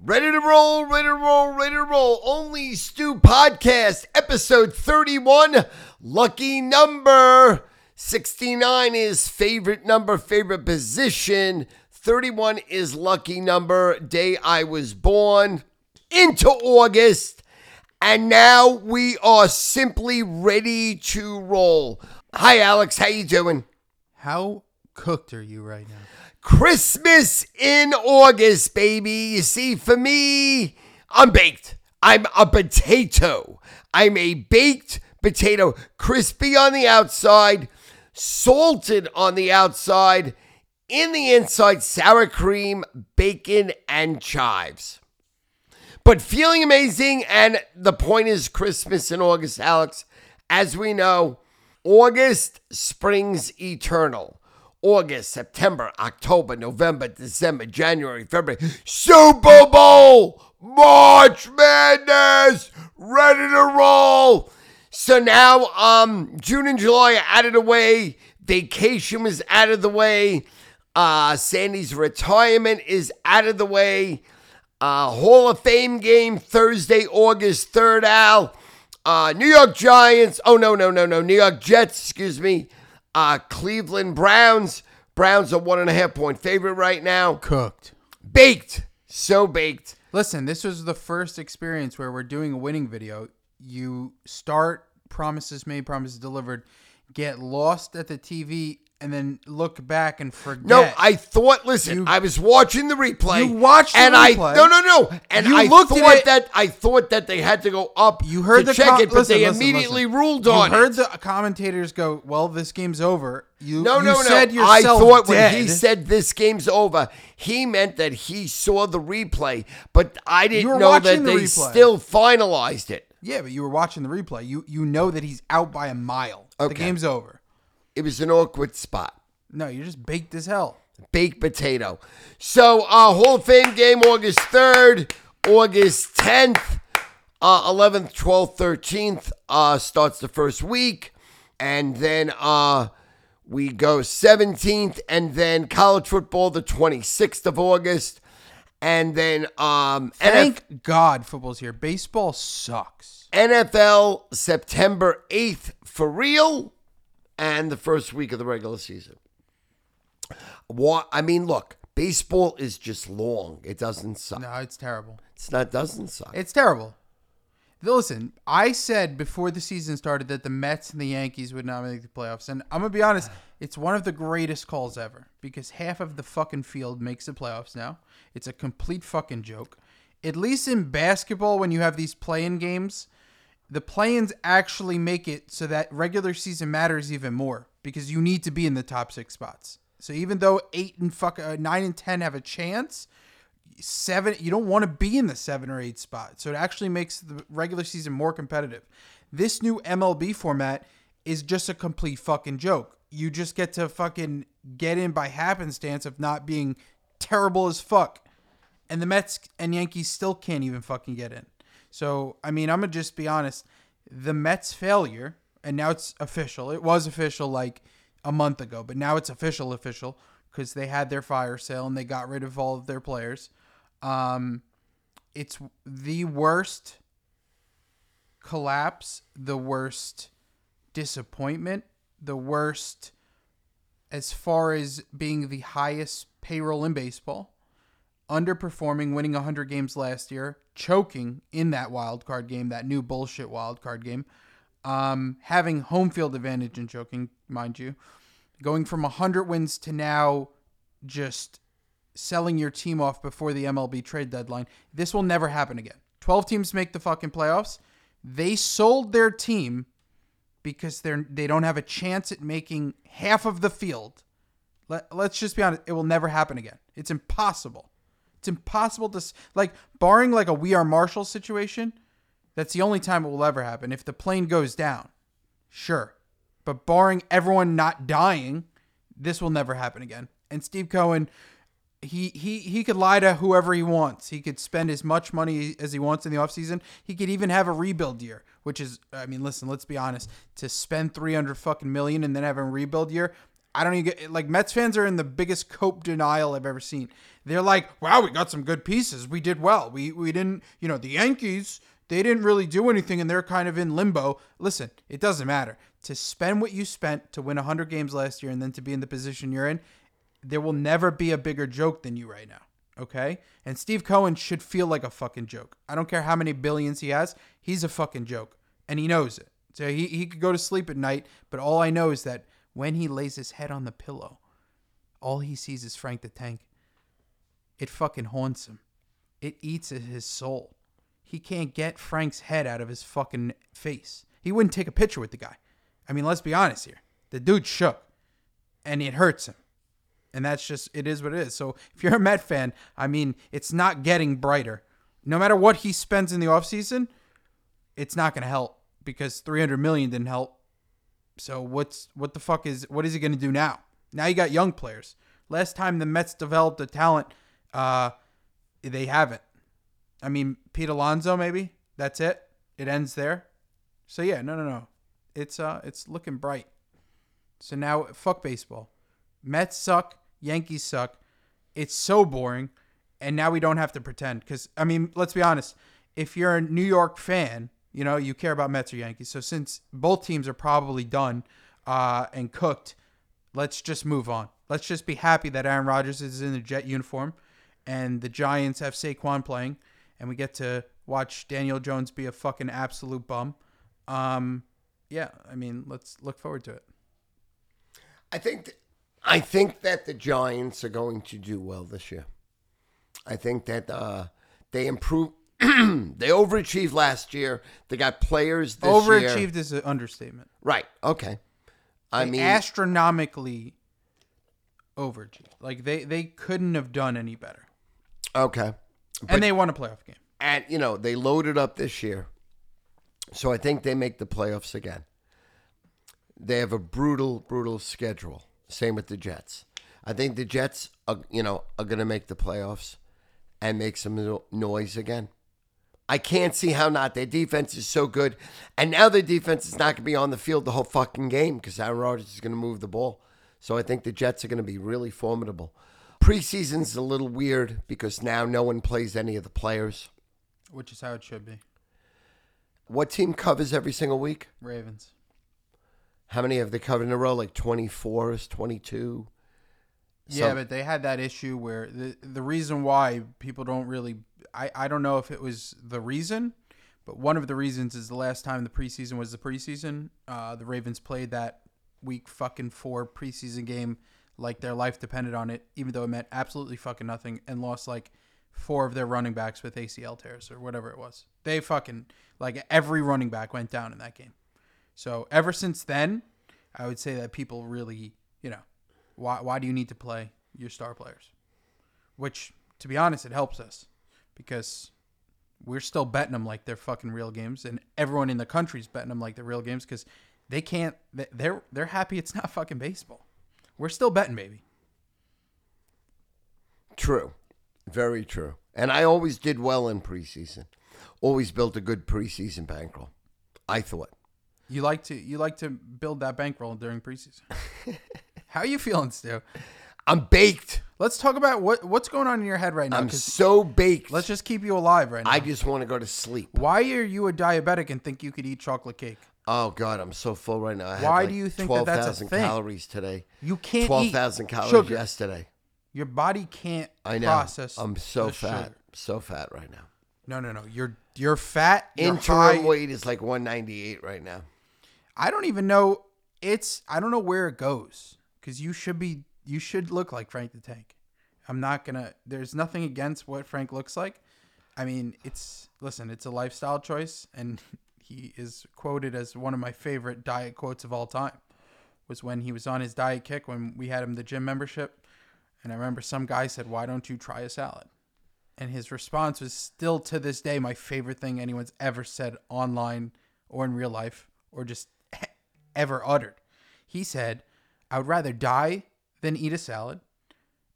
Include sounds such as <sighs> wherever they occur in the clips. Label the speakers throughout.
Speaker 1: Ready to roll, ready to roll, ready to roll. Only Stew Podcast, episode 31. Lucky number 69 is favorite number, favorite position. 31 is lucky number, day I was born, into August. And now we are simply ready to roll. Hi Alex, how you doing?
Speaker 2: How cooked are you right now?
Speaker 1: Christmas in August, baby. You see, for me, I'm baked. I'm a potato. I'm a baked potato, crispy on the outside, salted on the outside, in the inside, sour cream, bacon, and chives. But feeling amazing, and the point is Christmas in August, Alex. As we know, August springs eternal. August, September, October, November, December, January, February, Super Bowl, March Madness, ready to roll. So now, um, June and July are out of the way. Vacation was out of the way. Uh, Sandy's retirement is out of the way. Uh, Hall of Fame game Thursday, August 3rd, Al. Uh, New York Giants. Oh, no, no, no, no. New York Jets, excuse me. Uh, Cleveland Browns. Browns are one and a half point favorite right now.
Speaker 2: Cooked.
Speaker 1: Baked. So baked.
Speaker 2: Listen, this was the first experience where we're doing a winning video. You start promises made, promises delivered, get lost at the TV, and then look back and forget.
Speaker 1: No, I thought. Listen, I was watching the replay.
Speaker 2: You watched the
Speaker 1: and I
Speaker 2: replay.
Speaker 1: no, no, no. And
Speaker 2: You
Speaker 1: I
Speaker 2: looked at
Speaker 1: thought
Speaker 2: it-
Speaker 1: that I thought that they had to go up.
Speaker 2: You heard
Speaker 1: to
Speaker 2: the
Speaker 1: check
Speaker 2: com-
Speaker 1: it, but
Speaker 2: listen,
Speaker 1: they
Speaker 2: listen,
Speaker 1: immediately
Speaker 2: listen.
Speaker 1: ruled
Speaker 2: You
Speaker 1: on it.
Speaker 2: heard the commentators go, "Well, this game's over." You
Speaker 1: No,
Speaker 2: you
Speaker 1: no,
Speaker 2: said
Speaker 1: no. I
Speaker 2: Yourself
Speaker 1: thought
Speaker 2: dead.
Speaker 1: when he said this game's over, he meant that he saw the replay, but I
Speaker 2: were
Speaker 1: didn't know that
Speaker 2: watching the
Speaker 1: they
Speaker 2: replay.
Speaker 1: still finalized it.
Speaker 2: "Yeah," but you were watching the replay. You you know that he's out by a mile.
Speaker 1: Okay.
Speaker 2: The game's over.
Speaker 1: It was an awkward spot.
Speaker 2: No, you're just baked as hell.
Speaker 1: Baked potato. So, uh, Hall of Fame game August 3rd, August 10th, uh, 11th, 12th, 13th uh, starts the first week. And then uh, we go 17th, and then college football the 26th of August. And then um, NFL
Speaker 2: Thank God football's here. Baseball sucks.
Speaker 1: NFL September 8th for real and the first week of the regular season. What I mean, look, baseball is just long. It doesn't suck.
Speaker 2: No, it's terrible.
Speaker 1: It's not doesn't suck.
Speaker 2: It's terrible. Listen, I said before the season started that the Mets and the Yankees would not make the playoffs, and I'm gonna be honest, it's one of the greatest calls ever because half of the fucking field makes the playoffs now. It's a complete fucking joke. At least in basketball, when you have these play-in games, the play-ins actually make it so that regular season matters even more because you need to be in the top six spots. So even though eight and fuck uh, nine and ten have a chance, seven you don't want to be in the seven or eight spot so it actually makes the regular season more competitive this new mlb format is just a complete fucking joke you just get to fucking get in by happenstance of not being terrible as fuck and the mets and yankees still can't even fucking get in so i mean i'm gonna just be honest the mets failure and now it's official it was official like a month ago but now it's official official because they had their fire sale and they got rid of all of their players um, it's the worst collapse, the worst disappointment, the worst as far as being the highest payroll in baseball, underperforming, winning 100 games last year, choking in that wild card game, that new bullshit wild card game, um, having home field advantage in choking, mind you, going from 100 wins to now just selling your team off before the MLB trade deadline. This will never happen again. 12 teams make the fucking playoffs. They sold their team because they're they don't have a chance at making half of the field. Let, let's just be honest, it will never happen again. It's impossible. It's impossible to s- like barring like a we are Marshall situation, that's the only time it will ever happen if the plane goes down. Sure. But barring everyone not dying, this will never happen again. And Steve Cohen, he he he could lie to whoever he wants. He could spend as much money as he wants in the offseason. He could even have a rebuild year, which is I mean, listen, let's be honest, to spend 300 fucking million and then have a rebuild year, I don't even get like Mets fans are in the biggest cope denial I've ever seen. They're like, "Wow, we got some good pieces. We did well. We we didn't, you know, the Yankees, they didn't really do anything and they're kind of in limbo." Listen, it doesn't matter. To spend what you spent to win 100 games last year and then to be in the position you're in, there will never be a bigger joke than you right now. Okay? And Steve Cohen should feel like a fucking joke. I don't care how many billions he has, he's a fucking joke. And he knows it. So he, he could go to sleep at night, but all I know is that when he lays his head on the pillow, all he sees is Frank the Tank. It fucking haunts him. It eats at his soul. He can't get Frank's head out of his fucking face. He wouldn't take a picture with the guy. I mean, let's be honest here. The dude shook, and it hurts him. And that's just, it is what it is. So if you're a Met fan, I mean, it's not getting brighter. No matter what he spends in the offseason, it's not going to help because 300 million didn't help so what's what the fuck is what is he going to do now? Now you got young players. Last time the Mets developed a talent, uh, they haven't. I mean, Pete Alonso maybe. That's it. It ends there. So yeah, no, no, no. It's uh, it's looking bright. So now fuck baseball. Mets suck. Yankees suck. It's so boring. And now we don't have to pretend because I mean, let's be honest. If you're a New York fan, you know, you care about Mets or Yankees. So since both teams are probably done uh, and cooked, let's just move on. Let's just be happy that Aaron Rodgers is in the Jet uniform and the Giants have Saquon playing and we get to watch Daniel Jones be a fucking absolute bum. Um, yeah, I mean, let's look forward to it.
Speaker 1: I think th- I think that the Giants are going to do well this year. I think that uh, they improve. <clears throat> they overachieved last year. They got players this year.
Speaker 2: Overachieved is an understatement.
Speaker 1: Right. Okay. I
Speaker 2: They
Speaker 1: mean,
Speaker 2: astronomically overachieved. Like they they couldn't have done any better.
Speaker 1: okay.
Speaker 2: and they won a playoff game.
Speaker 1: And, you know, they loaded up this year. So I think they make the playoffs again. They have a brutal, brutal schedule. Same with the Jets. I think the Jets, are, you know, are going to make the playoffs and make some no- noise again. I can't see how not. Their defense is so good. And now their defense is not going to be on the field the whole fucking game because Aaron Rodgers is going to move the ball. So I think the Jets are going to be really formidable. Preseason's a little weird because now no one plays any of the players.
Speaker 2: which is how it should be.
Speaker 1: What team covers every single week?
Speaker 2: Ravens.
Speaker 1: How many have they covered in a row? Like 24 is 22.
Speaker 2: Yeah,
Speaker 1: So-
Speaker 2: but they had that issue where the the reason why people don't really I I don't know if it was the reason, but one of the reasons is the last time the preseason was the preseason, uh, the Ravens played that week fucking four preseason game like their life depended on it, even though it meant absolutely fucking nothing, and lost like four of their running backs with ACL tears or whatever it was. They fucking like every running back went down in that game. So ever since then, I would say that people really, you know, why why do you need to play your star players? Which, to be honest, it helps us because we're still betting them like they're fucking real games, and everyone in the country's betting them like they're real games because they can't. they- They're they're happy it's <laughs> not fucking baseball. We're still betting, baby.
Speaker 1: True. Very true. And I always did well in preseason. Always built a good preseason bankroll. I thought.
Speaker 2: You like to you like to build that bankroll
Speaker 1: <laughs>
Speaker 2: during preseason. How you feeling, Stu?
Speaker 1: I'm baked.
Speaker 2: Let's talk about what what's going on in your head right now.
Speaker 1: I'm
Speaker 2: 'cause
Speaker 1: so baked.
Speaker 2: let's just keep you alive right now.
Speaker 1: I just want to go to sleep.
Speaker 2: Why are you a diabetic and think you could eat chocolate cake?
Speaker 1: Oh God, I'm so full right now. I had
Speaker 2: Why
Speaker 1: like
Speaker 2: do you think that that's
Speaker 1: 12,000
Speaker 2: a thing?
Speaker 1: calories today?
Speaker 2: You can't eat
Speaker 1: 12,000 calories
Speaker 2: sugar.
Speaker 1: yesterday.
Speaker 2: Your body can't
Speaker 1: I know.
Speaker 2: process.
Speaker 1: I'm so
Speaker 2: the
Speaker 1: fat.
Speaker 2: sugar.
Speaker 1: So fat right now.
Speaker 2: No, no, no. You're you're fat. You're high.
Speaker 1: Interim weight is like 198 right now.
Speaker 2: I don't even know. It's I don't know where it goes because you should be you should look like Frank the Tank. I'm not gonna. There's nothing against what Frank looks like. I mean, it's listen. It's a lifestyle choice, and <laughs> he is quoted as one of my favorite diet quotes of all time. Was when he was on his diet kick when we had him the gym membership, and I remember some guy said, "Why don't you try a salad?" And his response was still to this day my favorite thing anyone's ever said online or in real life or just ever uttered. He said, I would rather die than eat a salad.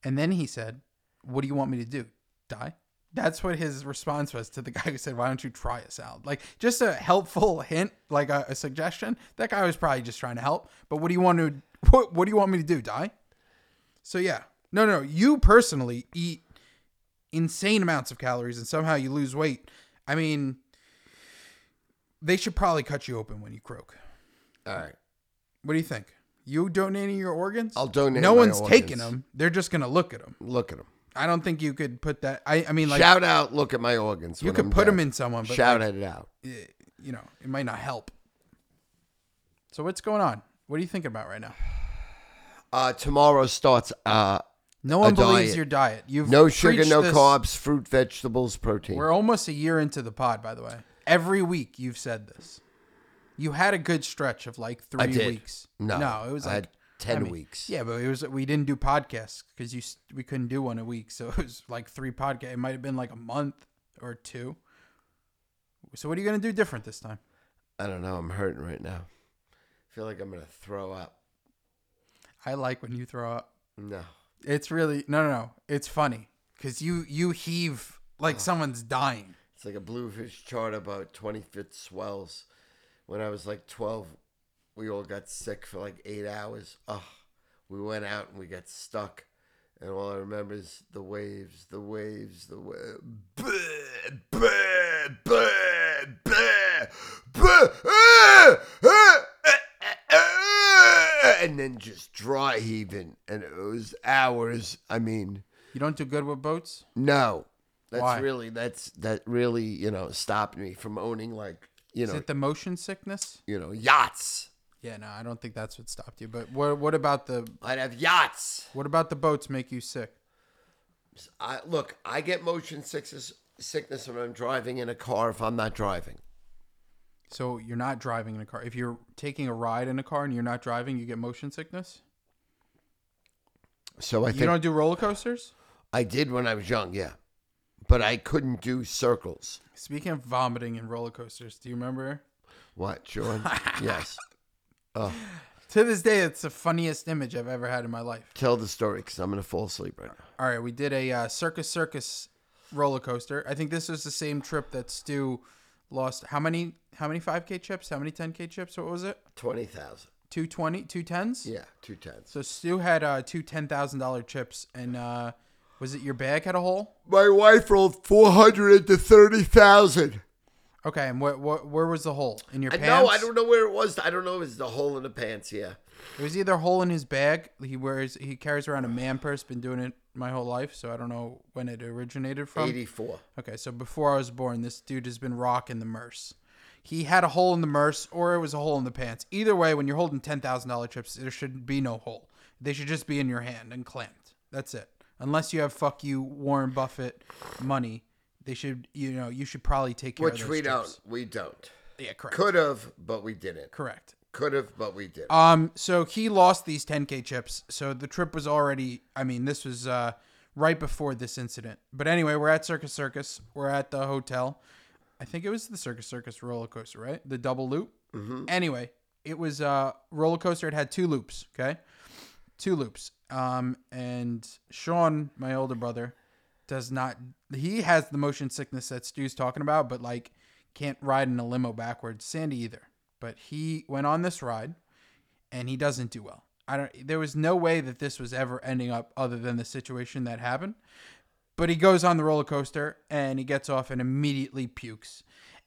Speaker 2: And then he said, What do you want me to do? Die? That's what his response was to the guy who said, "Why don't you try a salad?" Like just a helpful hint, like a, a suggestion. That guy was probably just trying to help. But what do you want to? What, what do you want me to do? Die? So yeah, no, no. no. You personally eat insane amounts of calories, and somehow you lose weight. I mean, they should probably cut you open when you croak.
Speaker 1: All right.
Speaker 2: What do you think? You donating your organs?
Speaker 1: I'll donate
Speaker 2: No
Speaker 1: my
Speaker 2: one's taking
Speaker 1: organs.
Speaker 2: them. They're just gonna look at them.
Speaker 1: Look at him.
Speaker 2: I don't think you could put that. I, I mean, like
Speaker 1: Shout out, look at my organs.
Speaker 2: you could put them in someone, but
Speaker 1: Shout it out.
Speaker 2: like, you know, it might not help. So what's going on? What are you thinking about right now?
Speaker 1: Uh, tomorrow starts uh,
Speaker 2: No one
Speaker 1: A
Speaker 2: believes
Speaker 1: diet.
Speaker 2: your diet. You've
Speaker 1: no sugar,
Speaker 2: preached
Speaker 1: no
Speaker 2: this-
Speaker 1: carbs, fruit, vegetables, protein.
Speaker 2: We're almost a year into the pod, by the way. Every week you've said this. You had a good stretch of like three
Speaker 1: I did.
Speaker 2: weeks.
Speaker 1: No,
Speaker 2: no, it was
Speaker 1: I
Speaker 2: like
Speaker 1: had 10
Speaker 2: I mean,
Speaker 1: weeks.
Speaker 2: Yeah, but it was we didn't do podcasts because you s- we couldn't do one a week, so <laughs> it was like three podcast. It might have been like a month or two. So what are you gonna do different this time?
Speaker 1: I don't know. I'm hurting right now. I feel like I'm going to throw up.
Speaker 2: I like when you throw up.
Speaker 1: No.
Speaker 2: It's really no, no, no. It's funny because you you heave like someone's dying.
Speaker 1: It's like a bluefish chart about 20 foot swells. When I was like 12, we all got sick for like eight hours. Ugh. We went out and we got stuck. And all I remember is the waves, the waves, the waves. ah, And then just dry heaving. And it was hours. I mean,
Speaker 2: You don't do good with boats.
Speaker 1: no. That's
Speaker 2: Why?
Speaker 1: really that's that really, you know, stopped me from owning like, you
Speaker 2: Is
Speaker 1: know,
Speaker 2: it the motion sickness?
Speaker 1: you know, yachts.
Speaker 2: Yeah, no, I don't think that's what stopped you. But what what about the
Speaker 1: I'd have yachts.
Speaker 2: what about the boats make you sick?
Speaker 1: I look, I get motion sickness sickness when I'm driving in a car if I'm not driving.
Speaker 2: So you're not driving in a car. If you're taking a ride in a car and you're not driving, you get motion sickness.
Speaker 1: So I
Speaker 2: you
Speaker 1: think
Speaker 2: don't do roller coasters.
Speaker 1: I did when I was young, yeah. But I couldn't do circles.
Speaker 2: Speaking of vomiting and roller coasters, do you remember?
Speaker 1: What, Sean? yes.
Speaker 2: To this day, it's the funniest image I've ever had in my life.
Speaker 1: Tell the story because I'm going to fall asleep right now.
Speaker 2: All right, we did a uh, circus circus roller coaster. I think this was the same trip that Stu lost. How many? How many five k chips? How many ten k chips? What was it?
Speaker 1: 20,000.
Speaker 2: Two twenty? Two tens?
Speaker 1: Yeah, two tenths.
Speaker 2: So Stu had uh, two ten thousand dollar chips, and uh, was it your bag had a hole?
Speaker 1: My wife rolled 400 to 30,000.
Speaker 2: Okay, and what, what where was the hole in your
Speaker 1: I
Speaker 2: pants?
Speaker 1: know. I don't know where it was. I don't know. It was the hole in the pants. Yeah.
Speaker 2: It was either a hole in his bag. He wears he carries around a man purse. Been doing it my whole life, so I don't know when it originated from.
Speaker 1: 84.
Speaker 2: Okay, so before I was born, this dude has been rocking the merce. He had a hole in the merce, or it was a hole in the pants. Either way, when you're holding ten thousand dollar chips, there should be no hole. They should just be in your hand and clamped. That's it. Unless you have fuck you Warren Buffett money, they should you know you should probably take care of
Speaker 1: Which
Speaker 2: those
Speaker 1: we
Speaker 2: chips.
Speaker 1: don't. We don't.
Speaker 2: Yeah, correct.
Speaker 1: Could have, but we didn't.
Speaker 2: correct.
Speaker 1: Could have, but we didn't.
Speaker 2: Um, so he lost these 10k chips. So the trip was already. I mean, this was uh, right before this incident. But anyway, we're at Circus Circus. We're at the hotel. I think it was the Circus Circus roller coaster, right? The double loop. Anyway, it was a roller coaster. It had two loops. Okay, two loops. Um, and Sean, my older brother, does not. He has the motion sickness that Stu's talking about, but like can't ride in a limo backwards. Sandy either. But he went on this ride and he doesn't do well. I don't. There was no way that this was ever ending up other than the situation that happened. But he goes on the roller coaster and he gets off and immediately pukes,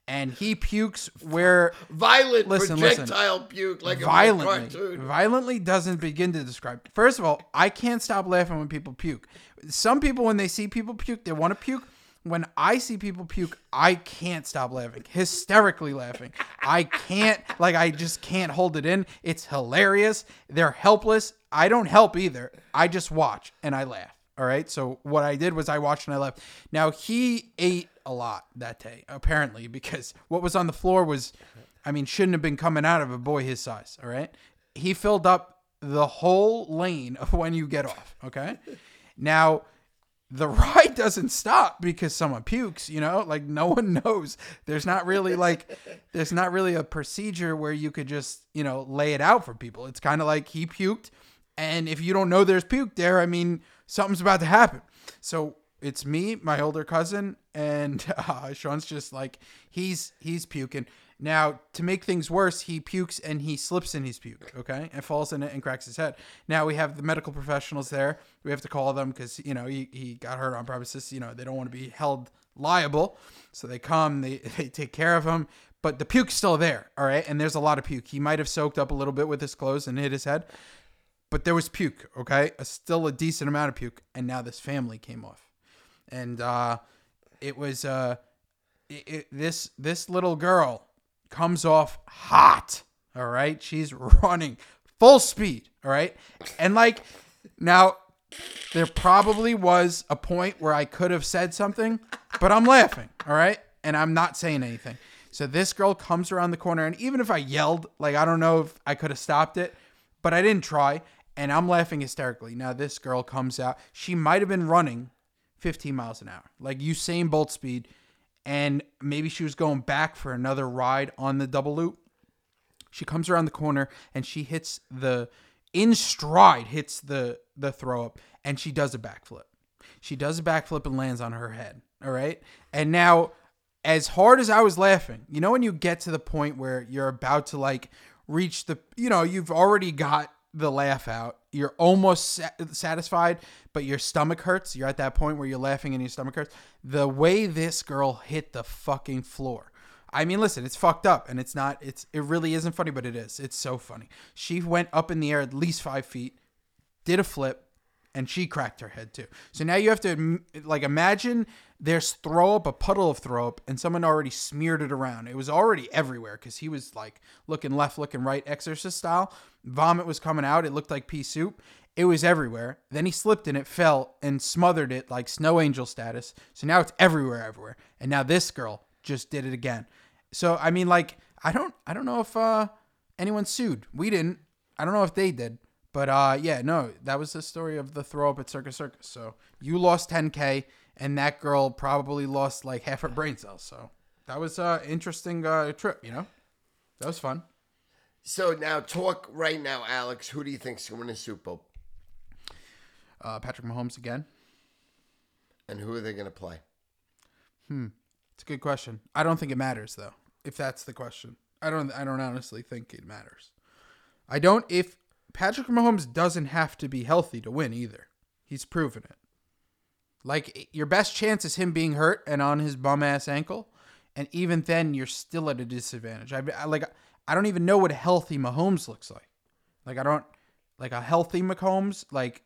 Speaker 2: and he pukes where
Speaker 1: Violent
Speaker 2: listen, listen.
Speaker 1: projectile puke like a
Speaker 2: violently,
Speaker 1: cartoon.
Speaker 2: violently doesn't begin to describe. First of all, I can't stop laughing when people puke. Some people, when they see people puke, they want to puke. When I see people puke, I can't stop laughing, hysterically laughing. I can't, like, I just can't hold it in. It's hilarious. They're helpless. I don't help either. I just watch and I laugh. All right. So what I did was I watched and I left. Now he ate a lot that day, apparently, because what was on the floor was, I mean, shouldn't have been coming out of a boy his size. All right. He filled up the whole lane of when you get off. Okay. Now the <laughs> ride doesn't stop because someone pukes, you know, like no one <laughs> knows. There's not really like there's not really a procedure where you could just, you know, lay it out for people. It's kind of like he puked and if you don't know there's puke there, I mean, something's about to happen. So it's me, my older cousin, and <laughs> uh, Sean's just like he's he's puking. Now, to make things worse, he pukes and he slips in his puke, okay, and falls in it and cracks his head. Now we have the medical professionals there. We have to call them because you know he, he got hurt on premises. You know they don't want to be held liable, so they come, they <laughs> they take care of him. But the puke's still there, all right, and there's a lot of puke. He might have soaked up a little bit with his clothes and hit his head but there was puke okay a, still a decent amount of puke and now this family came off and uh it was uh it, it, this this little girl comes off hot all right she's <laughs> running full speed all right and like now there probably was a point where i could have said something but i'm laughing all right and i'm not saying anything so this girl comes around the corner and even if i yelled like i don't know if i could have stopped it but i didn't try and I'm laughing hysterically. Now this girl comes out. She might have been running 15 miles an hour, like Usain Bolt speed, and maybe she was going back for another ride on the double loop. She comes around the corner and she hits the in stride hits the the throw up and she does a backflip. She does a backflip and lands on her head. All right? And now as hard as I was laughing, you know when you get to the point where you're about to like reach the you know, you've already got the laugh out. You're almost sa- satisfied, but your stomach hurts. You're at that point where you're laughing and your stomach hurts. The way this girl hit the fucking floor. I mean, listen, it's fucked up and it's not, it's, it really isn't funny, but it is. It's so funny. She went up in the air at least five feet, did a flip, and she cracked her head too. So now you have to, im- like, imagine there's throw up, a puddle of throw up, and someone already smeared it around. It was already everywhere because he was, like, looking left, looking right, exorcist style vomit was coming out. It looked like pea soup. It was everywhere. Then he slipped and it fell and smothered it like snow angel status. So now it's everywhere, everywhere. And now this girl just did it again. So I mean, like, I don't, I don't know if uh, anyone sued. We didn't. I don't know if they did. But uh, yeah, no, that was the story of the throw up at Circus Circus. So you lost 10k, and that girl probably lost like half her brain cells. So that was uh interesting uh, trip. You know, that was fun.
Speaker 1: So now talk right now, Alex. Who do you think's going to win the Super Bowl,
Speaker 2: Uh, Patrick Mahomes again.
Speaker 1: and who are they going to play?
Speaker 2: It's a good question. I don't think it matters though. If that's the question, I don't. I don't honestly think it matters. I don't. If Patrick Mahomes doesn't have to be healthy to win either, he's proven it. Like your best chance is him being hurt and on his bum ass ankle, and even then you're still at a disadvantage. I, I like. I don't even know what a healthy Mahomes looks like. Like I don't. Like a healthy Mahomes, like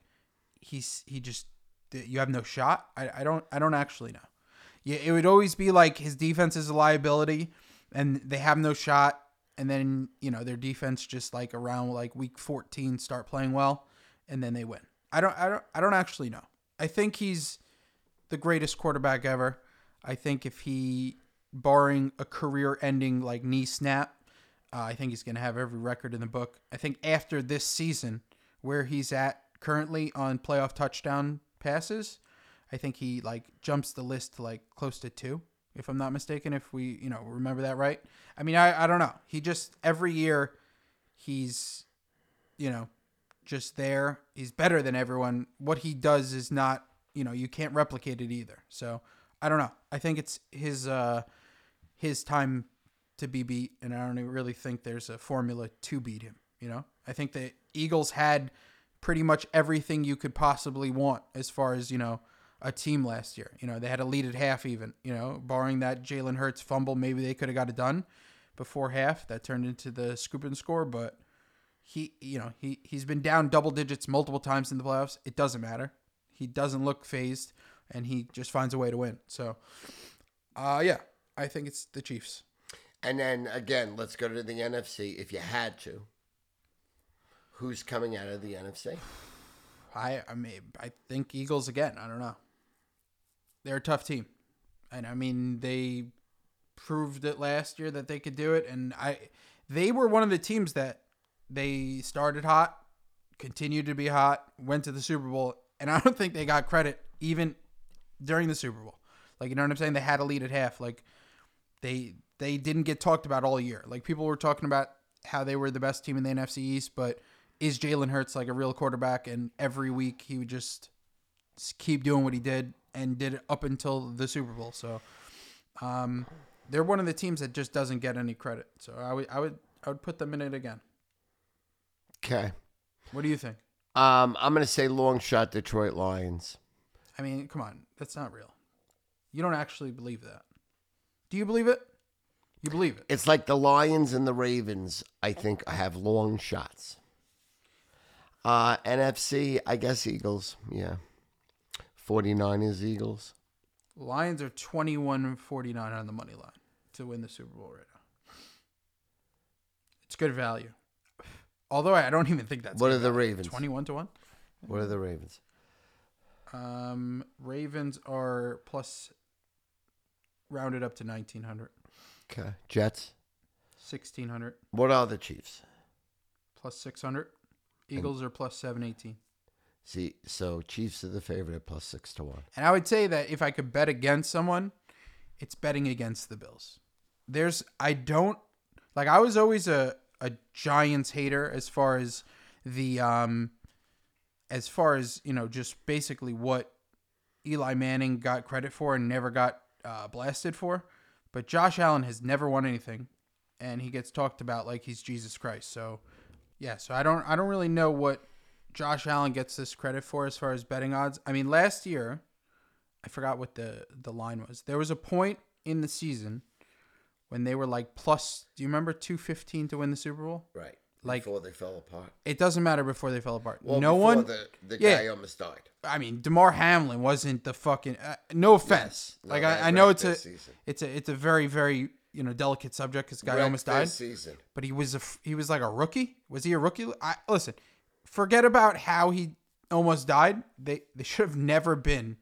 Speaker 2: he's he just you have no shot. I, I don't I don't actually know. Yeah, it would always be like his defense is a liability, and they have no shot. And then you know their defense just like around like week fourteen start playing well, and then they win. I don't I don't I don't actually know. I think he's the greatest quarterback ever. I think if he, barring a career-ending like knee snap, uh, I think he's going to have every record in the book. I think after this season, where he's at currently on playoff touchdown passes, I think he like jumps the list to like close to two, if I'm not mistaken. If we you know remember that right, I mean I I don't know. He just every year, he's, you know, just there. He's better than everyone. What he does is not you know you can't replicate it either. So I don't know. I think it's his uh his time to be beat, and I don't even really think there's a formula to beat him. You know, I think the Eagles had pretty much everything you could possibly want as far as you know a team last year. You know, they had a lead at half, even you know, barring that Jalen Hurts fumble, maybe they could have got it done before half. That turned into the scoop and score, but he, you know, he he's been down double digits multiple times in the playoffs. It doesn't matter. He doesn't look phased, and he just finds a way to win. So, uh, yeah, I think it's the Chiefs.
Speaker 1: And then again, let's go to the NFC. If you had to, who's coming out of the NFC?
Speaker 2: I I mean I think Eagles again. I don't know. They're a tough team, and I mean they proved it last year that they could do it. And I they were one of the teams that they started hot, continued to be hot, went to the Super Bowl, and I don't think they got credit even during the Super Bowl. Like you know what I'm saying? They had a lead at half. Like they they didn't get talked about all year. Like people were talking about how they were the best team in the NFC East, but is Jalen Hurts like a real quarterback? And every week he would just s- keep doing what he did and did it up until the Super Bowl. So um, they're one of the teams that just doesn't get any credit. So I would I would I would put them in it again.
Speaker 1: Okay.
Speaker 2: What do you think?
Speaker 1: Um, I'm going to say long shot Detroit Lions.
Speaker 2: I mean, come on, that's not real. You don't actually believe that. Do you believe it? You believe it.
Speaker 1: It's like the Lions and the Ravens, I think, have long shots. Uh, NFC, I guess Eagles. Yeah. 49ers, Eagles.
Speaker 2: Lions are 21 and 49 on the money line to win the Super Bowl right now. It's good value. Although I don't even think that's
Speaker 1: What
Speaker 2: good
Speaker 1: are the
Speaker 2: value.
Speaker 1: Ravens?
Speaker 2: 21 to 1.
Speaker 1: What are the Ravens?
Speaker 2: Um, Ravens are plus rounded up to 1900,
Speaker 1: Okay. Jets.
Speaker 2: 1600,
Speaker 1: What are the Chiefs?
Speaker 2: plus 600. Eagles are plus 718.
Speaker 1: See, so Chiefs are the favorite at plus six to one.
Speaker 2: And I would say that if I could bet against someone, it's betting against the Bills. There's I don't like I was always a a Giants hater as far as the um as far as, you know, just basically what Eli Manning got credit for and never got uh, blasted for. But Josh Allen has never won anything and he gets talked about like he's Jesus Christ. So yeah, so I don't I don't really know what Josh Allen gets this credit for as far as betting odds. I mean, last year, I forgot what the the line was. There was a point in the season when they were like plus. Do you remember two fifteen to win the Super Bowl?
Speaker 1: Right.
Speaker 2: Like-
Speaker 1: before they fell apart.
Speaker 2: It doesn't matter before they fell apart. no one.
Speaker 1: The, the
Speaker 2: yeah. guy
Speaker 1: almost died.
Speaker 2: I mean, Demar Hamlin wasn't the fucking. Uh, no offense.
Speaker 1: No,
Speaker 2: like
Speaker 1: they
Speaker 2: I, I know
Speaker 1: wrecked
Speaker 2: it's a
Speaker 1: this season.
Speaker 2: it's a it's a very very you know delicate subject because guy almost died.
Speaker 1: season.
Speaker 2: but he was a f- he was like a rookie. Was he a rookie? I, listen, forget about how he almost died. They they should have never been,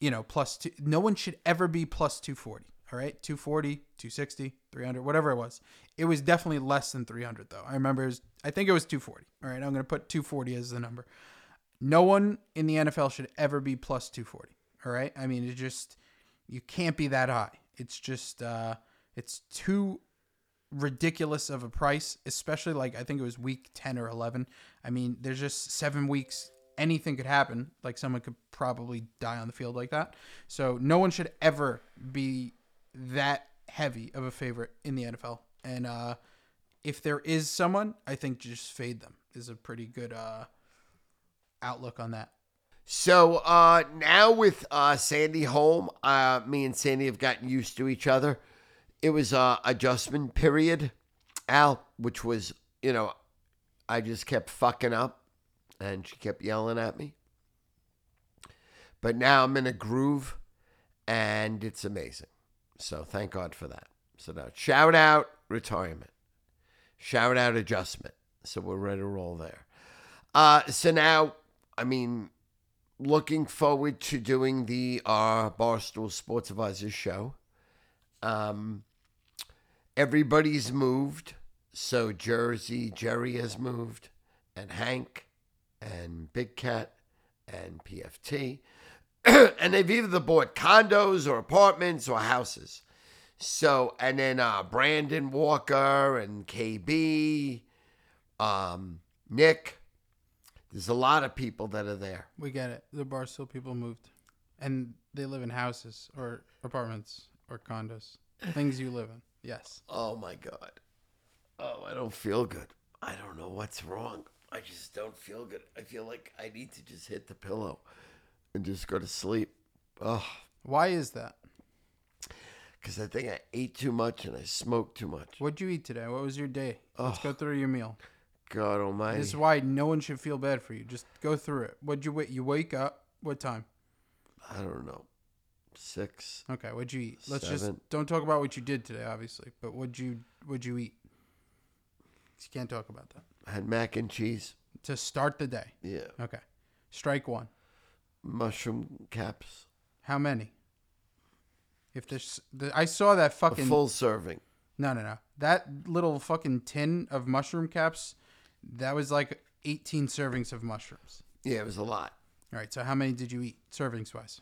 Speaker 2: you know, plus two. No one should ever be plus two forty. All right, 240, 260, 300, whatever it was. It was definitely less than 300 though. I remember it was I think it was 240. All right, I'm going to put 240 as the number. No one in the NFL should ever be plus 240. All right? I mean, it just you can't be that high. It's just uh it's too ridiculous of a price, especially like I think it was week 10 or 11. I mean, there's just seven weeks. Anything could happen. Like someone could probably die on the field like that. So no one should ever be that heavy of a favorite in the NFL. And uh, if there is someone, I think just fade them is a pretty good uh, outlook on that.
Speaker 1: So uh, now with uh, Sandy home, uh, me and Sandy have gotten used to each other. It was uh, adjustment period, Al, which was you know, I just kept fucking up, and she kept yelling at me. But now I'm in a groove, and it's amazing. So thank God for that. So now shout out retirement, shout out adjustment. So we're ready to roll there. Uh, so now, I mean, looking forward to doing the uh, Barstool Sports Advisors show. Um, everybody's moved. So Jersey, Jerry has moved, and Hank, and Big Cat, and PFT. <clears throat> and they've either bought condos or apartments or houses. So, and then uh, Brandon Walker and KB, um, Nick. There's a lot of people that are there.
Speaker 2: We get it. The Barstool people moved and they live in houses or apartments or <sighs> condos, things you live in. Yes.
Speaker 1: Oh my god. Oh, I don't feel good. I don't know what's wrong. I just don't feel good. I feel like I need to just hit the pillow and just go to sleep. Oh,
Speaker 2: Why is that?
Speaker 1: because I think I ate too much and I smoked too much.
Speaker 2: What'd you eat today? What was your day? Let's go through your meal.
Speaker 1: God
Speaker 2: This is
Speaker 1: Almighty.
Speaker 2: why no one should feel bad for you. Just go through it. What'd you wait? You wake up. What time?
Speaker 1: I don't know. Six.
Speaker 2: Okay. What'd you eat? Let's
Speaker 1: Seven.
Speaker 2: just don't talk about what you did today, obviously. But what'd you what'd you eat? You can't talk about that
Speaker 1: I had mac and cheese.
Speaker 2: to start the day.
Speaker 1: Yeah.
Speaker 2: Okay. Strike one.
Speaker 1: Mushroom caps.
Speaker 2: How many? If there's, the, I saw that
Speaker 1: A
Speaker 2: fucking
Speaker 1: full serving.
Speaker 2: no no no that little fucking tin of mushroom caps, that was like eighteen servings of mushrooms.
Speaker 1: Yeah, it was a lot.
Speaker 2: All right. So how many did you eat servings wise?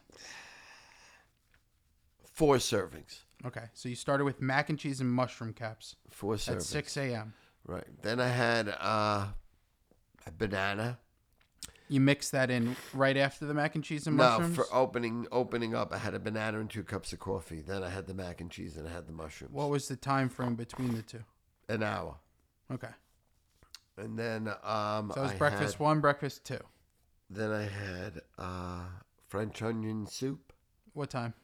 Speaker 1: Four servings.
Speaker 2: Okay. So you started with mac and cheese and mushroom caps
Speaker 1: Four
Speaker 2: at
Speaker 1: servings.
Speaker 2: 6 a.m.
Speaker 1: Right. Then I had uh, a banana,
Speaker 2: You mix that in right after the mac and cheese and
Speaker 1: No,
Speaker 2: mushrooms.
Speaker 1: for opening opening up, I had a banana and two cups of coffee. Then I had the mac and cheese and I had the mushrooms.
Speaker 2: what was the time frame between the two?
Speaker 1: An hour,
Speaker 2: Okay,
Speaker 1: and then um,
Speaker 2: so it was
Speaker 1: I
Speaker 2: breakfast
Speaker 1: had-
Speaker 2: one, breakfast two.
Speaker 1: then I had uh, French onion soup.
Speaker 2: What time?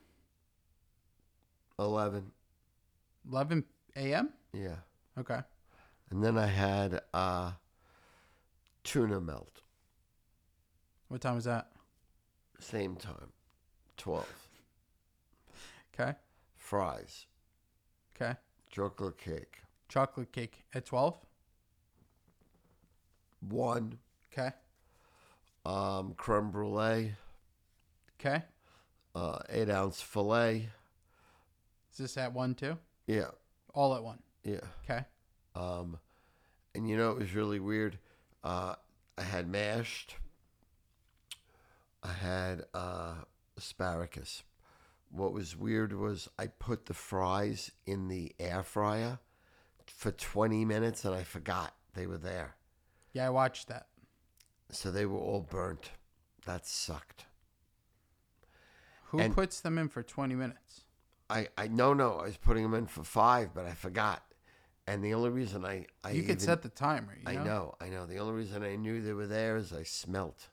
Speaker 1: Eleven,
Speaker 2: Eleven a.m.
Speaker 1: yeah,
Speaker 2: Okay,
Speaker 1: and then I had uh, tuna melt.
Speaker 2: what time was that?
Speaker 1: Same time, twelve
Speaker 2: Okay,
Speaker 1: fries,
Speaker 2: okay.
Speaker 1: chocolate cake,
Speaker 2: Chocolate cake at twelve.
Speaker 1: one
Speaker 2: Okay,
Speaker 1: um, creme brulee,
Speaker 2: okay.
Speaker 1: uh, eight ounce fillet.
Speaker 2: Is this at one too?
Speaker 1: Yeah,
Speaker 2: All at one.
Speaker 1: yeah.
Speaker 2: Okay.
Speaker 1: Um, and you know, it was really weird. Uh, I had mashed, I had uh, asparagus. What was weird was I put the fries in the air fryer for 20 minutes and I forgot they were there.
Speaker 2: Yeah, I watched that.
Speaker 1: So they were all burnt. That sucked.
Speaker 2: Who
Speaker 1: And-
Speaker 2: puts them in for twenty minutes?
Speaker 1: I, I no no I was putting them in for five but I forgot, and the only reason I I
Speaker 2: you
Speaker 1: even-
Speaker 2: could set the timer. You
Speaker 1: I know, I know. The only reason I knew they were there is I smelt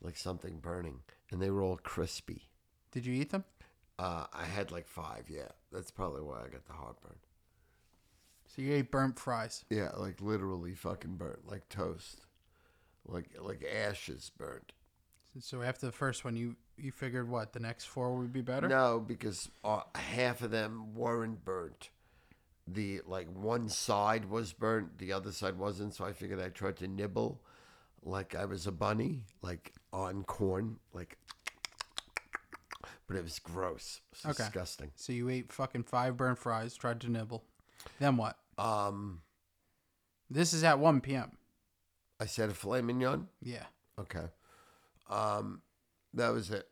Speaker 1: like something burning, and they were all crispy.
Speaker 2: Did you eat them?
Speaker 1: Uh, I had like five, yeah. That's probably why I got the heartburn.
Speaker 2: So you ate burnt fries.
Speaker 1: Yeah, like literally fucking burnt, like toast, like like ashes burnt.
Speaker 2: So after the first one, you you figured what the next four would be better.
Speaker 1: No, because uh, half of them weren't burnt. The like one side was burnt, the other side wasn't. So I figured I tried to nibble, like I was a bunny, like on corn, like. But it was gross. It was
Speaker 2: Okay.
Speaker 1: disgusting.
Speaker 2: So you ate fucking five burnt fries, tried to nibble. Then what?
Speaker 1: Um,
Speaker 2: This is at 1 p.m.
Speaker 1: I said a filet mignon.
Speaker 2: Yeah.
Speaker 1: Okay. Um, that was it.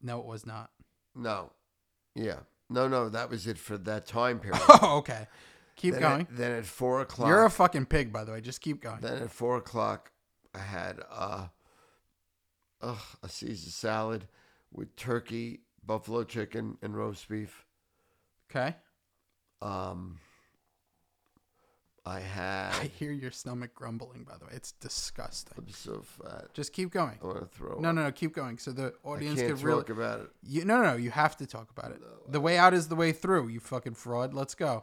Speaker 2: No, it was not. <laughs>
Speaker 1: No, yeah, no, no, that was it for that time period.
Speaker 2: Oh, okay. Keep
Speaker 1: then
Speaker 2: going.
Speaker 1: At, then at four o'clock,
Speaker 2: You're a fucking pig, by the way. Just keep going.
Speaker 1: Then at four o'clock, I had uh, ugh, a Caesar salad with turkey, buffalo chicken, and roast beef.
Speaker 2: Okay. <laughs>
Speaker 1: Um, I
Speaker 2: I
Speaker 1: had.
Speaker 2: hear your stomach grumbling, by the way. It's disgusting.
Speaker 1: I'm so fat.
Speaker 2: Just keep going.
Speaker 1: I want to throw.
Speaker 2: No,
Speaker 1: up.
Speaker 2: no, no. Keep going. So the
Speaker 1: I
Speaker 2: audience
Speaker 1: can't
Speaker 2: could
Speaker 1: talk
Speaker 2: really.
Speaker 1: about it.
Speaker 2: You, no, no, no. You have to talk about it. The way out is the way through, you fucking fraud. Let's go.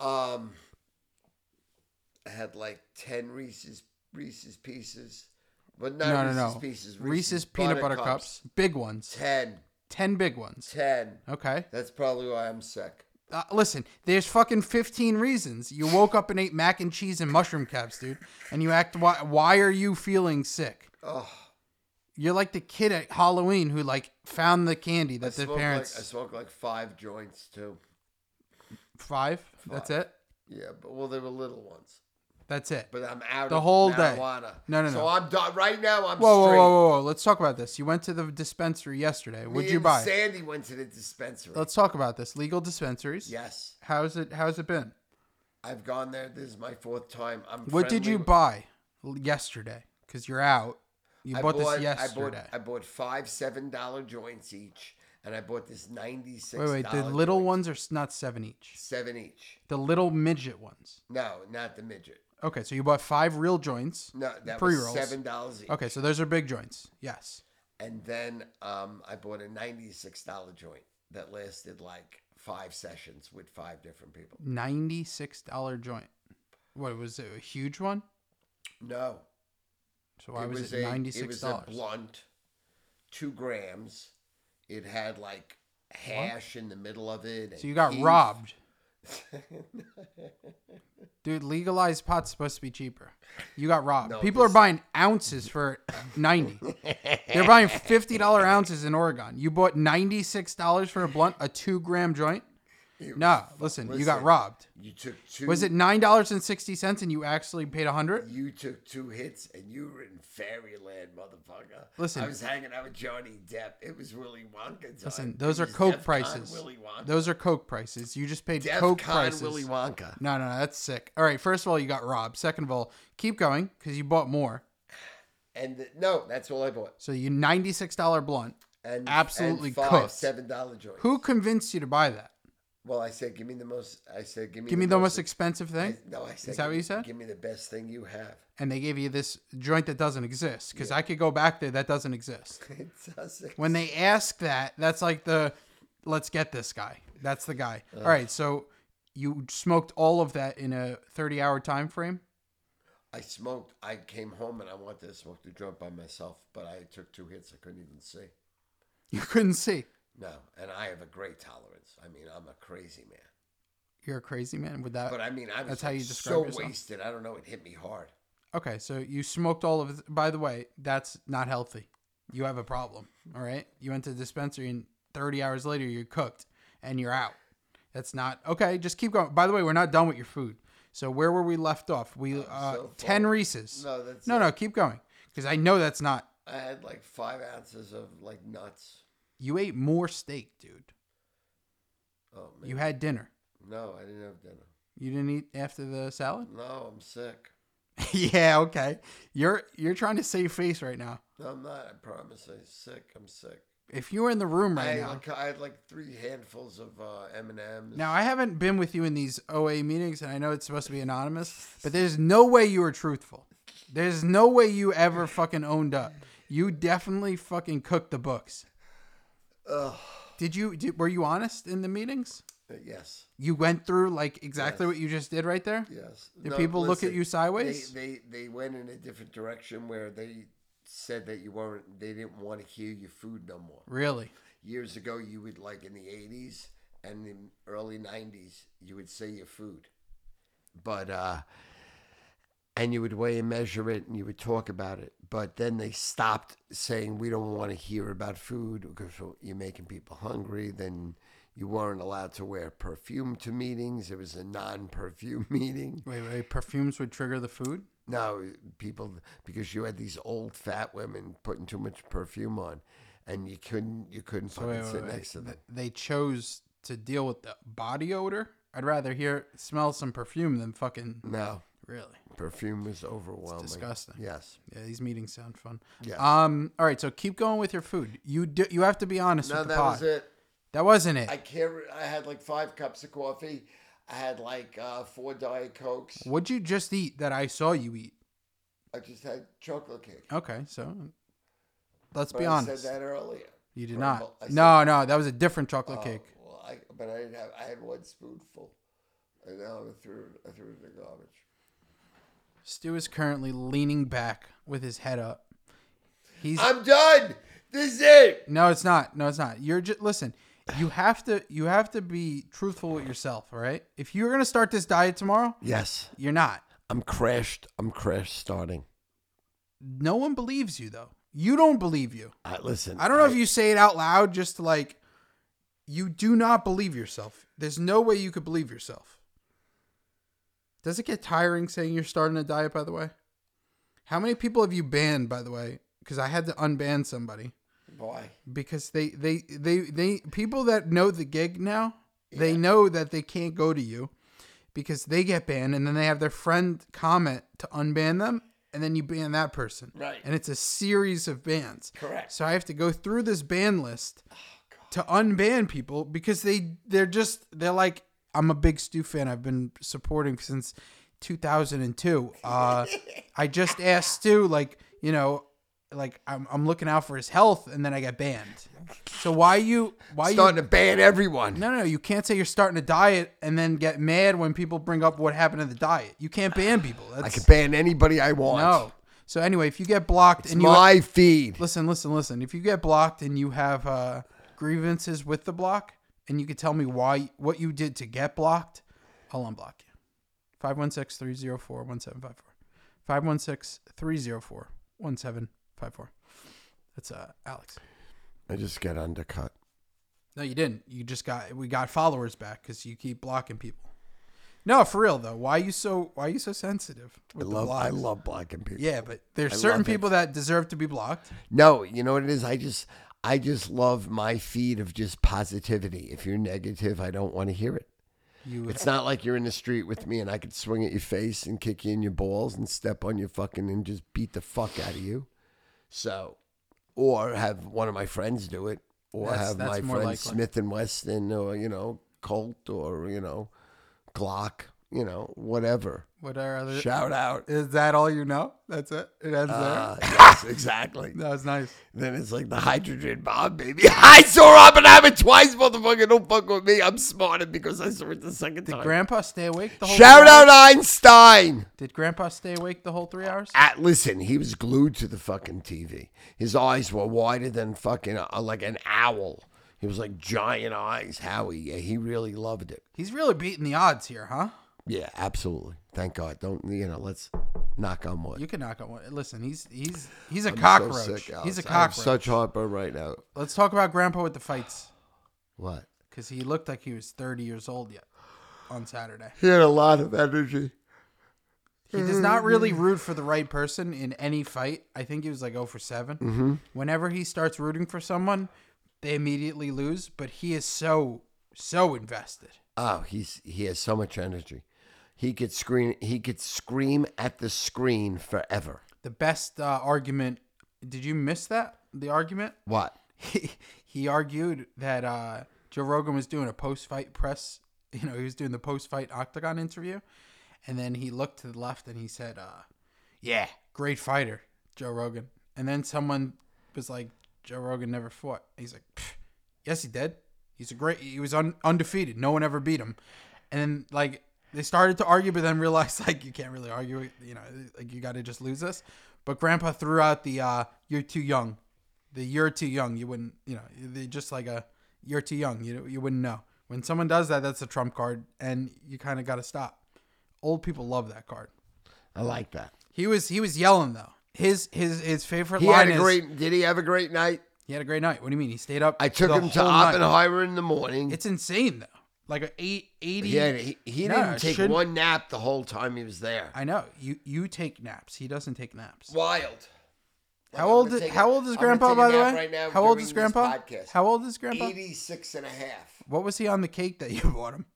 Speaker 1: Um, I had like ten Reese's Reese's pieces, but not
Speaker 2: No, no,
Speaker 1: Reese's
Speaker 2: no.
Speaker 1: pieces.
Speaker 2: Reese's peanut butter cups. Big ones.
Speaker 1: Ten.
Speaker 2: 10 big ones.
Speaker 1: Ten.
Speaker 2: Okay.
Speaker 1: That's probably why I'm sick.
Speaker 2: Uh, listen, there's fucking 15 reasons. You woke up and ate mac and cheese and mushroom caps, dude. And you act, why, why are you feeling sick?
Speaker 1: Oh,
Speaker 2: You're like the kid at Halloween who like found the candy that the
Speaker 1: smoked
Speaker 2: parents.
Speaker 1: Like, I smoked like five joints too.
Speaker 2: five? That's it?
Speaker 1: Yeah, but well, they were little ones.
Speaker 2: That's it.
Speaker 1: But I'm out
Speaker 2: The
Speaker 1: of
Speaker 2: whole day.
Speaker 1: marijuana.
Speaker 2: No, no,
Speaker 1: so
Speaker 2: no.
Speaker 1: I'm done. Right now, I'm
Speaker 2: Whoa, whoa,
Speaker 1: straight.
Speaker 2: whoa, whoa, whoa. Let's talk about this. You went to the dispensary yesterday.
Speaker 1: Me
Speaker 2: What'd you
Speaker 1: and
Speaker 2: buy?
Speaker 1: Sandy went to the dispensary.
Speaker 2: Let's talk about this. Legal dispensaries.
Speaker 1: yes,
Speaker 2: How's it how's it been?
Speaker 1: I've gone there. This is my fourth time. I'm.
Speaker 2: What did
Speaker 1: friendly
Speaker 2: you
Speaker 1: with-
Speaker 2: buy l- yesterday? Cuz you're out. You
Speaker 1: I
Speaker 2: bought, this
Speaker 1: I bought,
Speaker 2: yesterday.
Speaker 1: I bought five seven dollar joints each, and I bought this ninety six.
Speaker 2: wait, wait. The little ones are s- not 7 each.
Speaker 1: seven each.
Speaker 2: The little midget ones.
Speaker 1: No, not the midget.
Speaker 2: Okay, so you bought five real joints.
Speaker 1: No, that
Speaker 2: Pre-rolls.
Speaker 1: was seven dollars each.
Speaker 2: Okay, so those are big joints. Yes.
Speaker 1: And then um, I bought a ninety six dollar joint that lasted like five sessions with five different people.
Speaker 2: Ninety-six dollar joint. What was it? A huge one?
Speaker 1: No,
Speaker 2: So why was, it
Speaker 1: a-
Speaker 2: ninety-six
Speaker 1: It
Speaker 2: dollars?
Speaker 1: was a blunt, two grams. It had like hash in the middle of it.
Speaker 2: So
Speaker 1: and
Speaker 2: you got
Speaker 1: Keef. <laughs>
Speaker 2: robbed. Dude, legalized pot's supposed to be cheaper. You got robbed. People are buying ounces for ninety. They're buying fifty dollar ounces in Oregon. You bought ninety-six dollars for a blunt, a two gram joint. No, listen, you got
Speaker 1: listen.
Speaker 2: robbed.
Speaker 1: You took two.
Speaker 2: Was it nine dollars and sixty cents, and you actually paid a hundred?
Speaker 1: You took two hits and you were in fairyland, motherfucker.
Speaker 2: Listen.
Speaker 1: I was hanging out with Johnny Depp. It was Willy Wonka time.
Speaker 2: Listen,
Speaker 1: It
Speaker 2: those are
Speaker 1: was
Speaker 2: Coke
Speaker 1: DEF CON
Speaker 2: prices.
Speaker 1: Willy Wonka.
Speaker 2: Those are Coke prices. You just paid
Speaker 1: DEF
Speaker 2: Coke
Speaker 1: CON
Speaker 2: prices.
Speaker 1: Willy Wonka.
Speaker 2: No, no, no, that's sick. All right, first of all, you got robbed. Second of all, keep going because you bought more.
Speaker 1: And the, no, that's all I bought.
Speaker 2: So you ninety-six dollar blunt.
Speaker 1: And
Speaker 2: Absolutely
Speaker 1: and five
Speaker 2: cooked.
Speaker 1: seven dollar joint.
Speaker 2: Who convinced you to buy that?
Speaker 1: Well, I said, give me the most. I said, give me.
Speaker 2: Give me the most expensive thing,
Speaker 1: I- no, I said.
Speaker 2: Is that
Speaker 1: give
Speaker 2: what
Speaker 1: me-
Speaker 2: you said?
Speaker 1: Give me the best thing you have. <laughs>
Speaker 2: and they gave you this joint that doesn't exist. Because I could go back there, that
Speaker 1: <laughs>
Speaker 2: doesn't exist.
Speaker 1: It doesn't.
Speaker 2: When they ask that, that's like the, let's get this guy. That's the guy. All right, so you smoked all of that in a thirty-hour time frame. <laughs>
Speaker 1: I smoked. I came home and I wanted to smoke the joint by myself, but I took two hits. I couldn't even see.
Speaker 2: You couldn't see.
Speaker 1: No, and I have a great tolerance. I mean, I'm a crazy man.
Speaker 2: You're a crazy man with that.
Speaker 1: But I mean, I was
Speaker 2: Uh, That's how you
Speaker 1: like,
Speaker 2: describe
Speaker 1: so
Speaker 2: yourself?
Speaker 1: wasted. I don't know. It hit me hard.
Speaker 2: Okay, so you smoked all of it. By the way, that's not healthy. You have a problem. All right. You went to the dispensary and 30 hours later you're cooked and you're out. That's not okay. Just keep going. By the way, we're not done with your food. So where were we left off? We uh,
Speaker 1: Oh, so full.
Speaker 2: 10 Reese's.
Speaker 1: No, that's
Speaker 2: no, no. Keep going because I know that's not.
Speaker 1: I had like five ounces of like nuts.
Speaker 2: You ate more steak, dude.
Speaker 1: Oh man.
Speaker 2: You had dinner.
Speaker 1: No, I didn't have dinner.
Speaker 2: You didn't eat after the salad. <laughs>
Speaker 1: No, I'm sick.
Speaker 2: yeah. Okay. You're you're trying to save face right now.
Speaker 1: No, I'm not. I promise. I'm sick. I'm sick.
Speaker 2: If you were in the room
Speaker 1: I
Speaker 2: right
Speaker 1: had,
Speaker 2: now,
Speaker 1: like, I had like three handfuls of uh, M and M's.
Speaker 2: Now, I haven't been with you in these OA meetings, and I know it's supposed to be anonymous, but there's no way you were truthful. There's no way you ever fucking owned up. You definitely fucking cooked the books.
Speaker 1: Ugh.
Speaker 2: Did you? Did, were you honest in the meetings?
Speaker 1: Yes.
Speaker 2: You went through like exactly
Speaker 1: Yes.
Speaker 2: what you just did right there.
Speaker 1: Yes.
Speaker 2: Did people look at you sideways?
Speaker 1: They, they they went in a different direction where they said that you weren't. They didn't want to hear your food no more.
Speaker 2: Really?
Speaker 1: Years ago, you would like in the '80s and the early '90s, you would say your food, but uh, and you would weigh and measure it, and you would talk about it. But then they stopped saying we don't want to hear about food because you're making people hungry. Then. You weren't allowed to wear perfume to meetings. It was a non-perfume <laughs> meeting.
Speaker 2: Wait, wait. Perfumes would trigger the food.
Speaker 1: No, people because you had these old fat women putting too much perfume on, and you couldn't you couldn't fucking
Speaker 2: wait,
Speaker 1: sit
Speaker 2: wait.
Speaker 1: next to them.
Speaker 2: They chose to deal with the body odor. I'd rather hear smell some perfume than fucking
Speaker 1: No,
Speaker 2: really.
Speaker 1: perfume was overwhelming.
Speaker 2: disgusting.
Speaker 1: Yes.
Speaker 2: Yeah, these meetings sound fun.
Speaker 1: Yes.
Speaker 2: Um. All right. So keep going with your food. You do, you have to be honest
Speaker 1: No,
Speaker 2: with the
Speaker 1: that
Speaker 2: pod.
Speaker 1: was it.
Speaker 2: That wasn't it.
Speaker 1: I can't. re- I had like five cups of coffee. I had like uh, four diet cokes.
Speaker 2: What'd you just eat that I saw you eat?
Speaker 1: I just had chocolate cake.
Speaker 2: Okay. So let's
Speaker 1: But
Speaker 2: be
Speaker 1: I
Speaker 2: honest.
Speaker 1: said that earlier.
Speaker 2: you did
Speaker 1: Or,
Speaker 2: not.
Speaker 1: well, I said-
Speaker 2: no, no, that was a different chocolate
Speaker 1: Oh,
Speaker 2: cake.
Speaker 1: well, I, but I didn't have. I had one spoonful, and now I threw it. I threw it in the garbage.
Speaker 2: Stu is currently leaning back with his head up. He's
Speaker 1: I'm done. This is it.
Speaker 2: no, it's not. No, it's not. You're just listen. You have to you have to be truthful with yourself. All right. If you're gonna start this diet tomorrow,
Speaker 1: Yes.
Speaker 2: you're not.
Speaker 1: I'm crashed. I'm crashed starting.
Speaker 2: No one believes you though. You don't believe you.
Speaker 1: Uh, listen,
Speaker 2: I don't know if you say it out loud, just to like, you do not believe yourself. There's no way you could believe yourself. Does it get tiring saying you're starting a diet, by the way? How many people have you banned, by the way? Because I had to unban somebody
Speaker 1: Why?
Speaker 2: because they, they, they, they, people that know the gig now, they know that they can't go to you because they get banned and then they have their friend comment to unban them and then you ban that person.
Speaker 1: Right.
Speaker 2: And it's a series of bans.
Speaker 1: Correct. Oh,
Speaker 2: So I have to go through this ban list to unban people because they they're just they're like I'm a big Stu fan. I've been supporting since 2002.
Speaker 1: <laughs>
Speaker 2: Uh, I just asked Stu like you know like I'm, I'm looking out for his health and then I got banned. So why you why you
Speaker 1: Starting to ban everyone.
Speaker 2: no, no, no, you can't say you're starting a diet and then get mad when people bring up what happened to the diet. You
Speaker 1: <sighs>
Speaker 2: can't ban people. That's,
Speaker 1: I can ban anybody I want.
Speaker 2: no. So anyway, if you get blocked
Speaker 1: It's
Speaker 2: and you
Speaker 1: my feed.
Speaker 2: listen, listen, listen. If you get blocked and you have uh, grievances with the block, and you could tell me why what you did to get blocked, I'll unblock you. 516-304-1754. 516-304-1754. That's uh, Alex.
Speaker 1: I just get undercut.
Speaker 2: No, you didn't. You just got we got followers back because you keep blocking people. No, for real though. Why you so why you so sensitive
Speaker 1: I
Speaker 2: with the
Speaker 1: love, I
Speaker 2: blocks?
Speaker 1: love blocking people.
Speaker 2: Yeah, but there's
Speaker 1: I
Speaker 2: certain
Speaker 1: love it.
Speaker 2: people that deserve to be blocked.
Speaker 1: No, you know what it is? I just, I just love my feed of just positivity. If you're negative, I don't want to hear it.
Speaker 2: You
Speaker 1: It's not like you're in the street with me and I could swing at your face and kick you in your balls and step on your fucking and just beat the fuck out of you. So, or have one of my friends do it, or
Speaker 2: That's-
Speaker 1: have
Speaker 2: that's
Speaker 1: my
Speaker 2: more
Speaker 1: friend
Speaker 2: likely.
Speaker 1: Smith and Weston, or you know Colt, or you know Glock, you know whatever.
Speaker 2: What are other?
Speaker 1: Shout out.
Speaker 2: Uh, Is that all you know? That's it. It ends
Speaker 1: Uh, yes,
Speaker 2: <laughs>
Speaker 1: exactly.
Speaker 2: there. That was nice.
Speaker 1: Then it's like the hydrogen bomb, baby. <laughs> I saw Oppenheimer twice, motherfucker. Don't fuck with me. I'm smarter because I saw it the second time.
Speaker 2: Grandpa stay awake the whole.
Speaker 1: Shout
Speaker 2: three
Speaker 1: out
Speaker 2: hours?
Speaker 1: Einstein.
Speaker 2: Did Grandpa stay awake the whole three hours?
Speaker 1: At listen, he was glued to the fucking TV. His eyes were wider than fucking uh, like an owl. He was like giant eyes, Howie. Yeah, he really loved it.
Speaker 2: He's really beating the odds here, huh?
Speaker 1: Yeah, absolutely. Thank God. Don't you know? Let's knock on wood.
Speaker 2: You can knock on one. Listen, he's he's he's a
Speaker 1: I'm so
Speaker 2: cockroach.
Speaker 1: sick,
Speaker 2: he's a
Speaker 1: Alex. I have
Speaker 2: cockroach.
Speaker 1: Such heartburn right now.
Speaker 2: Let's talk about Grandpa with the fights,
Speaker 1: What?
Speaker 2: because he looked like he was 30 years old yet on Saturday.
Speaker 1: He had a lot of energy.
Speaker 2: He does not really root for the right person in any fight. I think he was like 0 for 7. Whenever he starts rooting for someone, they immediately lose, but he is so, so invested.
Speaker 1: Oh, he's he has so much energy. He could scream. He could scream at the screen forever.
Speaker 2: The best uh, argument. Did you miss that? The argument? <laughs>
Speaker 1: What?
Speaker 2: He, he argued that uh, Joe Rogan was doing a post fight press. You know, he was doing the post fight octagon interview. And then he looked to the left and he said, uh,
Speaker 1: Yeah.
Speaker 2: great fighter, Joe Rogan. And then someone was like, Joe Rogan never fought. He's like, "Pfft, yes, he did. He's a great. He was un, undefeated. No one ever beat him. And then like they started to argue, but then realized <laughs> like you can't really argue. it, You know, like you got to just lose this. But Grandpa threw out the uh, "you're too young," the "you're too young." You wouldn't, you know, they just like a "you're too young." You you wouldn't know. When someone does that, that's a trump card, and you kind of got to stop. Old people love that card.
Speaker 1: I like that.
Speaker 2: He was he was yelling though. His his his favorite
Speaker 1: He
Speaker 2: line
Speaker 1: had a
Speaker 2: is
Speaker 1: great. Did he have a great night?
Speaker 2: he had a great night. What do you mean? He stayed up.
Speaker 1: I took
Speaker 2: the
Speaker 1: him to
Speaker 2: whole night.
Speaker 1: Oppenheimer in the morning.
Speaker 2: It's insane though. Like a eight eighty.
Speaker 1: he had, he, he
Speaker 2: No,
Speaker 1: didn't
Speaker 2: it
Speaker 1: take
Speaker 2: shouldn't-
Speaker 1: one nap the whole time he was there.
Speaker 2: I know you you take naps. He doesn't take naps.
Speaker 1: Wild.
Speaker 2: how
Speaker 1: I'm
Speaker 2: old
Speaker 1: gonna
Speaker 2: is
Speaker 1: take a-
Speaker 2: how old is
Speaker 1: I'm gonna
Speaker 2: Grandpa
Speaker 1: take a
Speaker 2: by the
Speaker 1: nap
Speaker 2: way?
Speaker 1: right now
Speaker 2: how old
Speaker 1: during
Speaker 2: is
Speaker 1: this
Speaker 2: Grandpa?
Speaker 1: podcast.
Speaker 2: How old is Grandpa?
Speaker 1: 86 and a half.
Speaker 2: What was he on the cake that you bought him?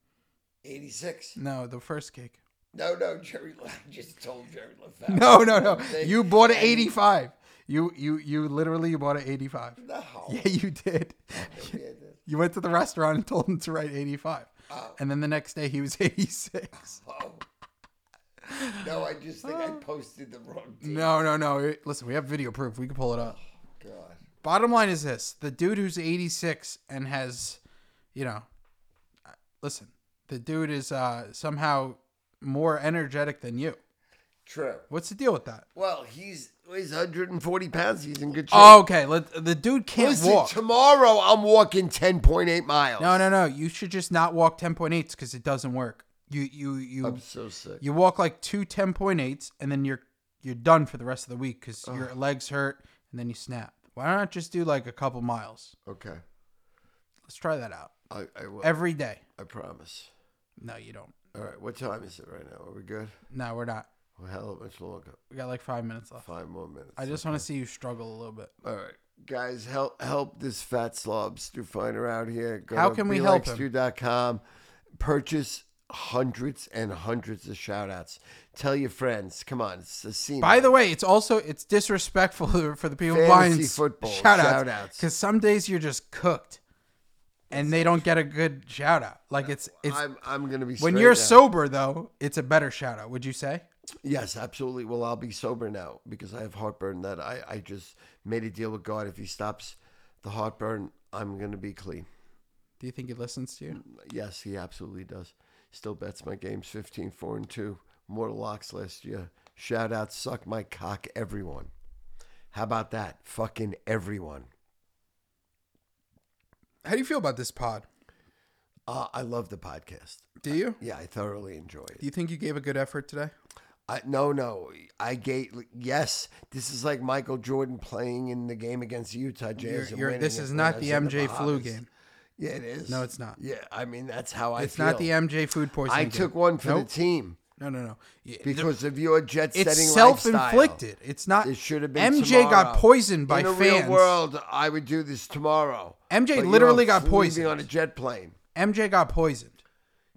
Speaker 1: 86.
Speaker 2: No, the first cake. <laughs>
Speaker 1: No, no, Jerry. <laughs> La- I just told Jerry LaFave.
Speaker 2: No, no, no.
Speaker 1: They-
Speaker 2: You
Speaker 1: <laughs>
Speaker 2: bought an
Speaker 1: and he-
Speaker 2: eighty five. You you you literally bought an eighty five.
Speaker 1: No.
Speaker 2: <laughs>
Speaker 1: <laughs>
Speaker 2: Yeah, you did.
Speaker 1: Maybe I did.
Speaker 2: You went to the restaurant and told him to write 85. And then the next day he was <laughs> 86.
Speaker 1: Oh. No, I just think <laughs> I posted the wrong date.
Speaker 2: No, no, no. It- Listen, we have video proof. We can pull it up.
Speaker 1: God.
Speaker 2: Bottom line is this the dude who's 86 and has, you know, uh, listen, the dude is uh, somehow more energetic than you.
Speaker 1: True.
Speaker 2: What's the deal with that?
Speaker 1: Well, he's he's 140 pounds. He's in good shape.
Speaker 2: Oh, okay. Let, the dude can't
Speaker 1: Listen,
Speaker 2: walk.
Speaker 1: tomorrow I'm walking 10.8 miles.
Speaker 2: No, no, no. You should just not walk 10.8s because it doesn't work. You, you, you.
Speaker 1: I'm so sick.
Speaker 2: You walk like two 10.8s and then you're you're done for the rest of the week because your legs hurt and then you snap. Why not just do like a couple miles?
Speaker 1: Okay.
Speaker 2: Let's try that out
Speaker 1: I, I will.
Speaker 2: every day.
Speaker 1: I promise.
Speaker 2: No, you don't.
Speaker 1: All right. What time is it right now? Are we good?
Speaker 2: No, we're not.
Speaker 1: Well, how much longer?
Speaker 2: We got like five minutes left.
Speaker 1: Five more minutes.
Speaker 2: I just want to see you struggle a little bit.
Speaker 1: All right. Guys, help help this fat slob Stu Finer out here. Go
Speaker 2: How
Speaker 1: to
Speaker 2: can we help him?
Speaker 1: BeLikeStu.com. Purchase hundreds and hundreds of shout outs. Tell your friends. Come on. It's a scene.
Speaker 2: By the way, it's also it's disrespectful <laughs> for the people
Speaker 1: Fantasy
Speaker 2: buying
Speaker 1: football
Speaker 2: shout outs
Speaker 1: shout-outs.
Speaker 2: because some days you're just cooked and they don't get a good shout out. Like it's it's
Speaker 1: I'm, I'm going to be
Speaker 2: when
Speaker 1: straight
Speaker 2: you're
Speaker 1: now.
Speaker 2: sober though, it's a better shout out. Would you say?
Speaker 1: Yes, absolutely. Well, I'll be sober now because I have heartburn that I, I just made a deal with God. If he stops the heartburn, I'm going to be clean.
Speaker 2: Do you think he listens to you?
Speaker 1: Yes, he absolutely does. Still bets my games 15, 4, and 2. Mortal locks last year. Shout out, suck my cock, everyone. How about that? Fucking everyone.
Speaker 2: How do you feel about this pod?
Speaker 1: Uh, I love the podcast.
Speaker 2: Do you?
Speaker 1: Yeah, I thoroughly enjoy it.
Speaker 2: Do you think you gave a good effort today?
Speaker 1: I, no, no. I gate. Yes, this is like Michael Jordan playing in the game against the Utah Jazz.
Speaker 2: You're-
Speaker 1: and
Speaker 2: you're-
Speaker 1: winning
Speaker 2: this
Speaker 1: it
Speaker 2: is
Speaker 1: when I
Speaker 2: not
Speaker 1: was
Speaker 2: the
Speaker 1: in
Speaker 2: MJ flu
Speaker 1: Bahamas.
Speaker 2: game.
Speaker 1: Yeah, it is.
Speaker 2: No, it's not.
Speaker 1: Yeah, I mean that's how I.
Speaker 2: It's not the
Speaker 1: feel.
Speaker 2: MJ food poisoning.
Speaker 1: I
Speaker 2: game.
Speaker 1: took one for
Speaker 2: Nope.
Speaker 1: the team
Speaker 2: No, no, no. Yeah, the-
Speaker 1: because of your jet setting
Speaker 2: It's
Speaker 1: lifestyle.
Speaker 2: self-inflicted. It's not.
Speaker 1: It should have been
Speaker 2: MJ got
Speaker 1: tomorrow.
Speaker 2: poisoned by
Speaker 1: In the
Speaker 2: fans.
Speaker 1: real world, I would do this tomorrow.
Speaker 2: MJ
Speaker 1: But you
Speaker 2: literally
Speaker 1: are
Speaker 2: got
Speaker 1: leaving
Speaker 2: poisoned.
Speaker 1: on a jet plane.
Speaker 2: MJ got poisoned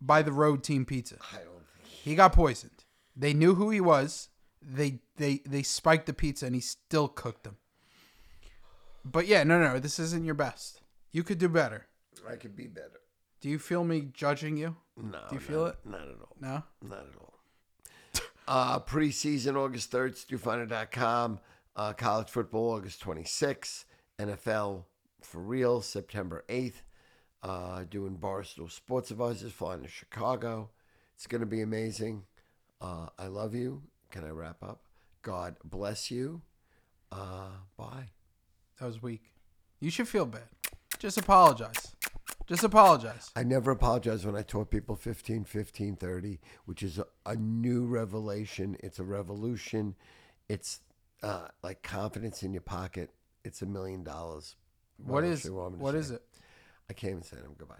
Speaker 2: by the road team pizza.
Speaker 1: I don't think
Speaker 2: He got poisoned. They knew who he was. They they they spiked the pizza and he still cooked them. But yeah, no, no, this isn't your best. You could do better.
Speaker 1: I could be better.
Speaker 2: Do you feel me judging you?
Speaker 1: No.
Speaker 2: Do you feel it?
Speaker 1: Not at all.
Speaker 2: No.
Speaker 1: Not at all. <laughs> Uh, preseason, August 3rd, StuFinder.com. Uh, college football, August 26th. NFL for real, September 8th. Uh, doing Barstool Sports Advisors, flying to Chicago. It's going to be amazing. Uh, I love you. Can I wrap up? God bless you. Uh, bye.
Speaker 2: That was weak. You should feel bad. Just apologize. Just apologize.
Speaker 1: I never apologize when I taught people 15, 15, 30, which is a, a new revelation. It's a revolution. It's uh, like confidence in your pocket. It's a million dollars.
Speaker 2: What
Speaker 1: else
Speaker 2: is
Speaker 1: you want me to
Speaker 2: what
Speaker 1: say?
Speaker 2: is it?
Speaker 1: I can't even say them. Goodbye.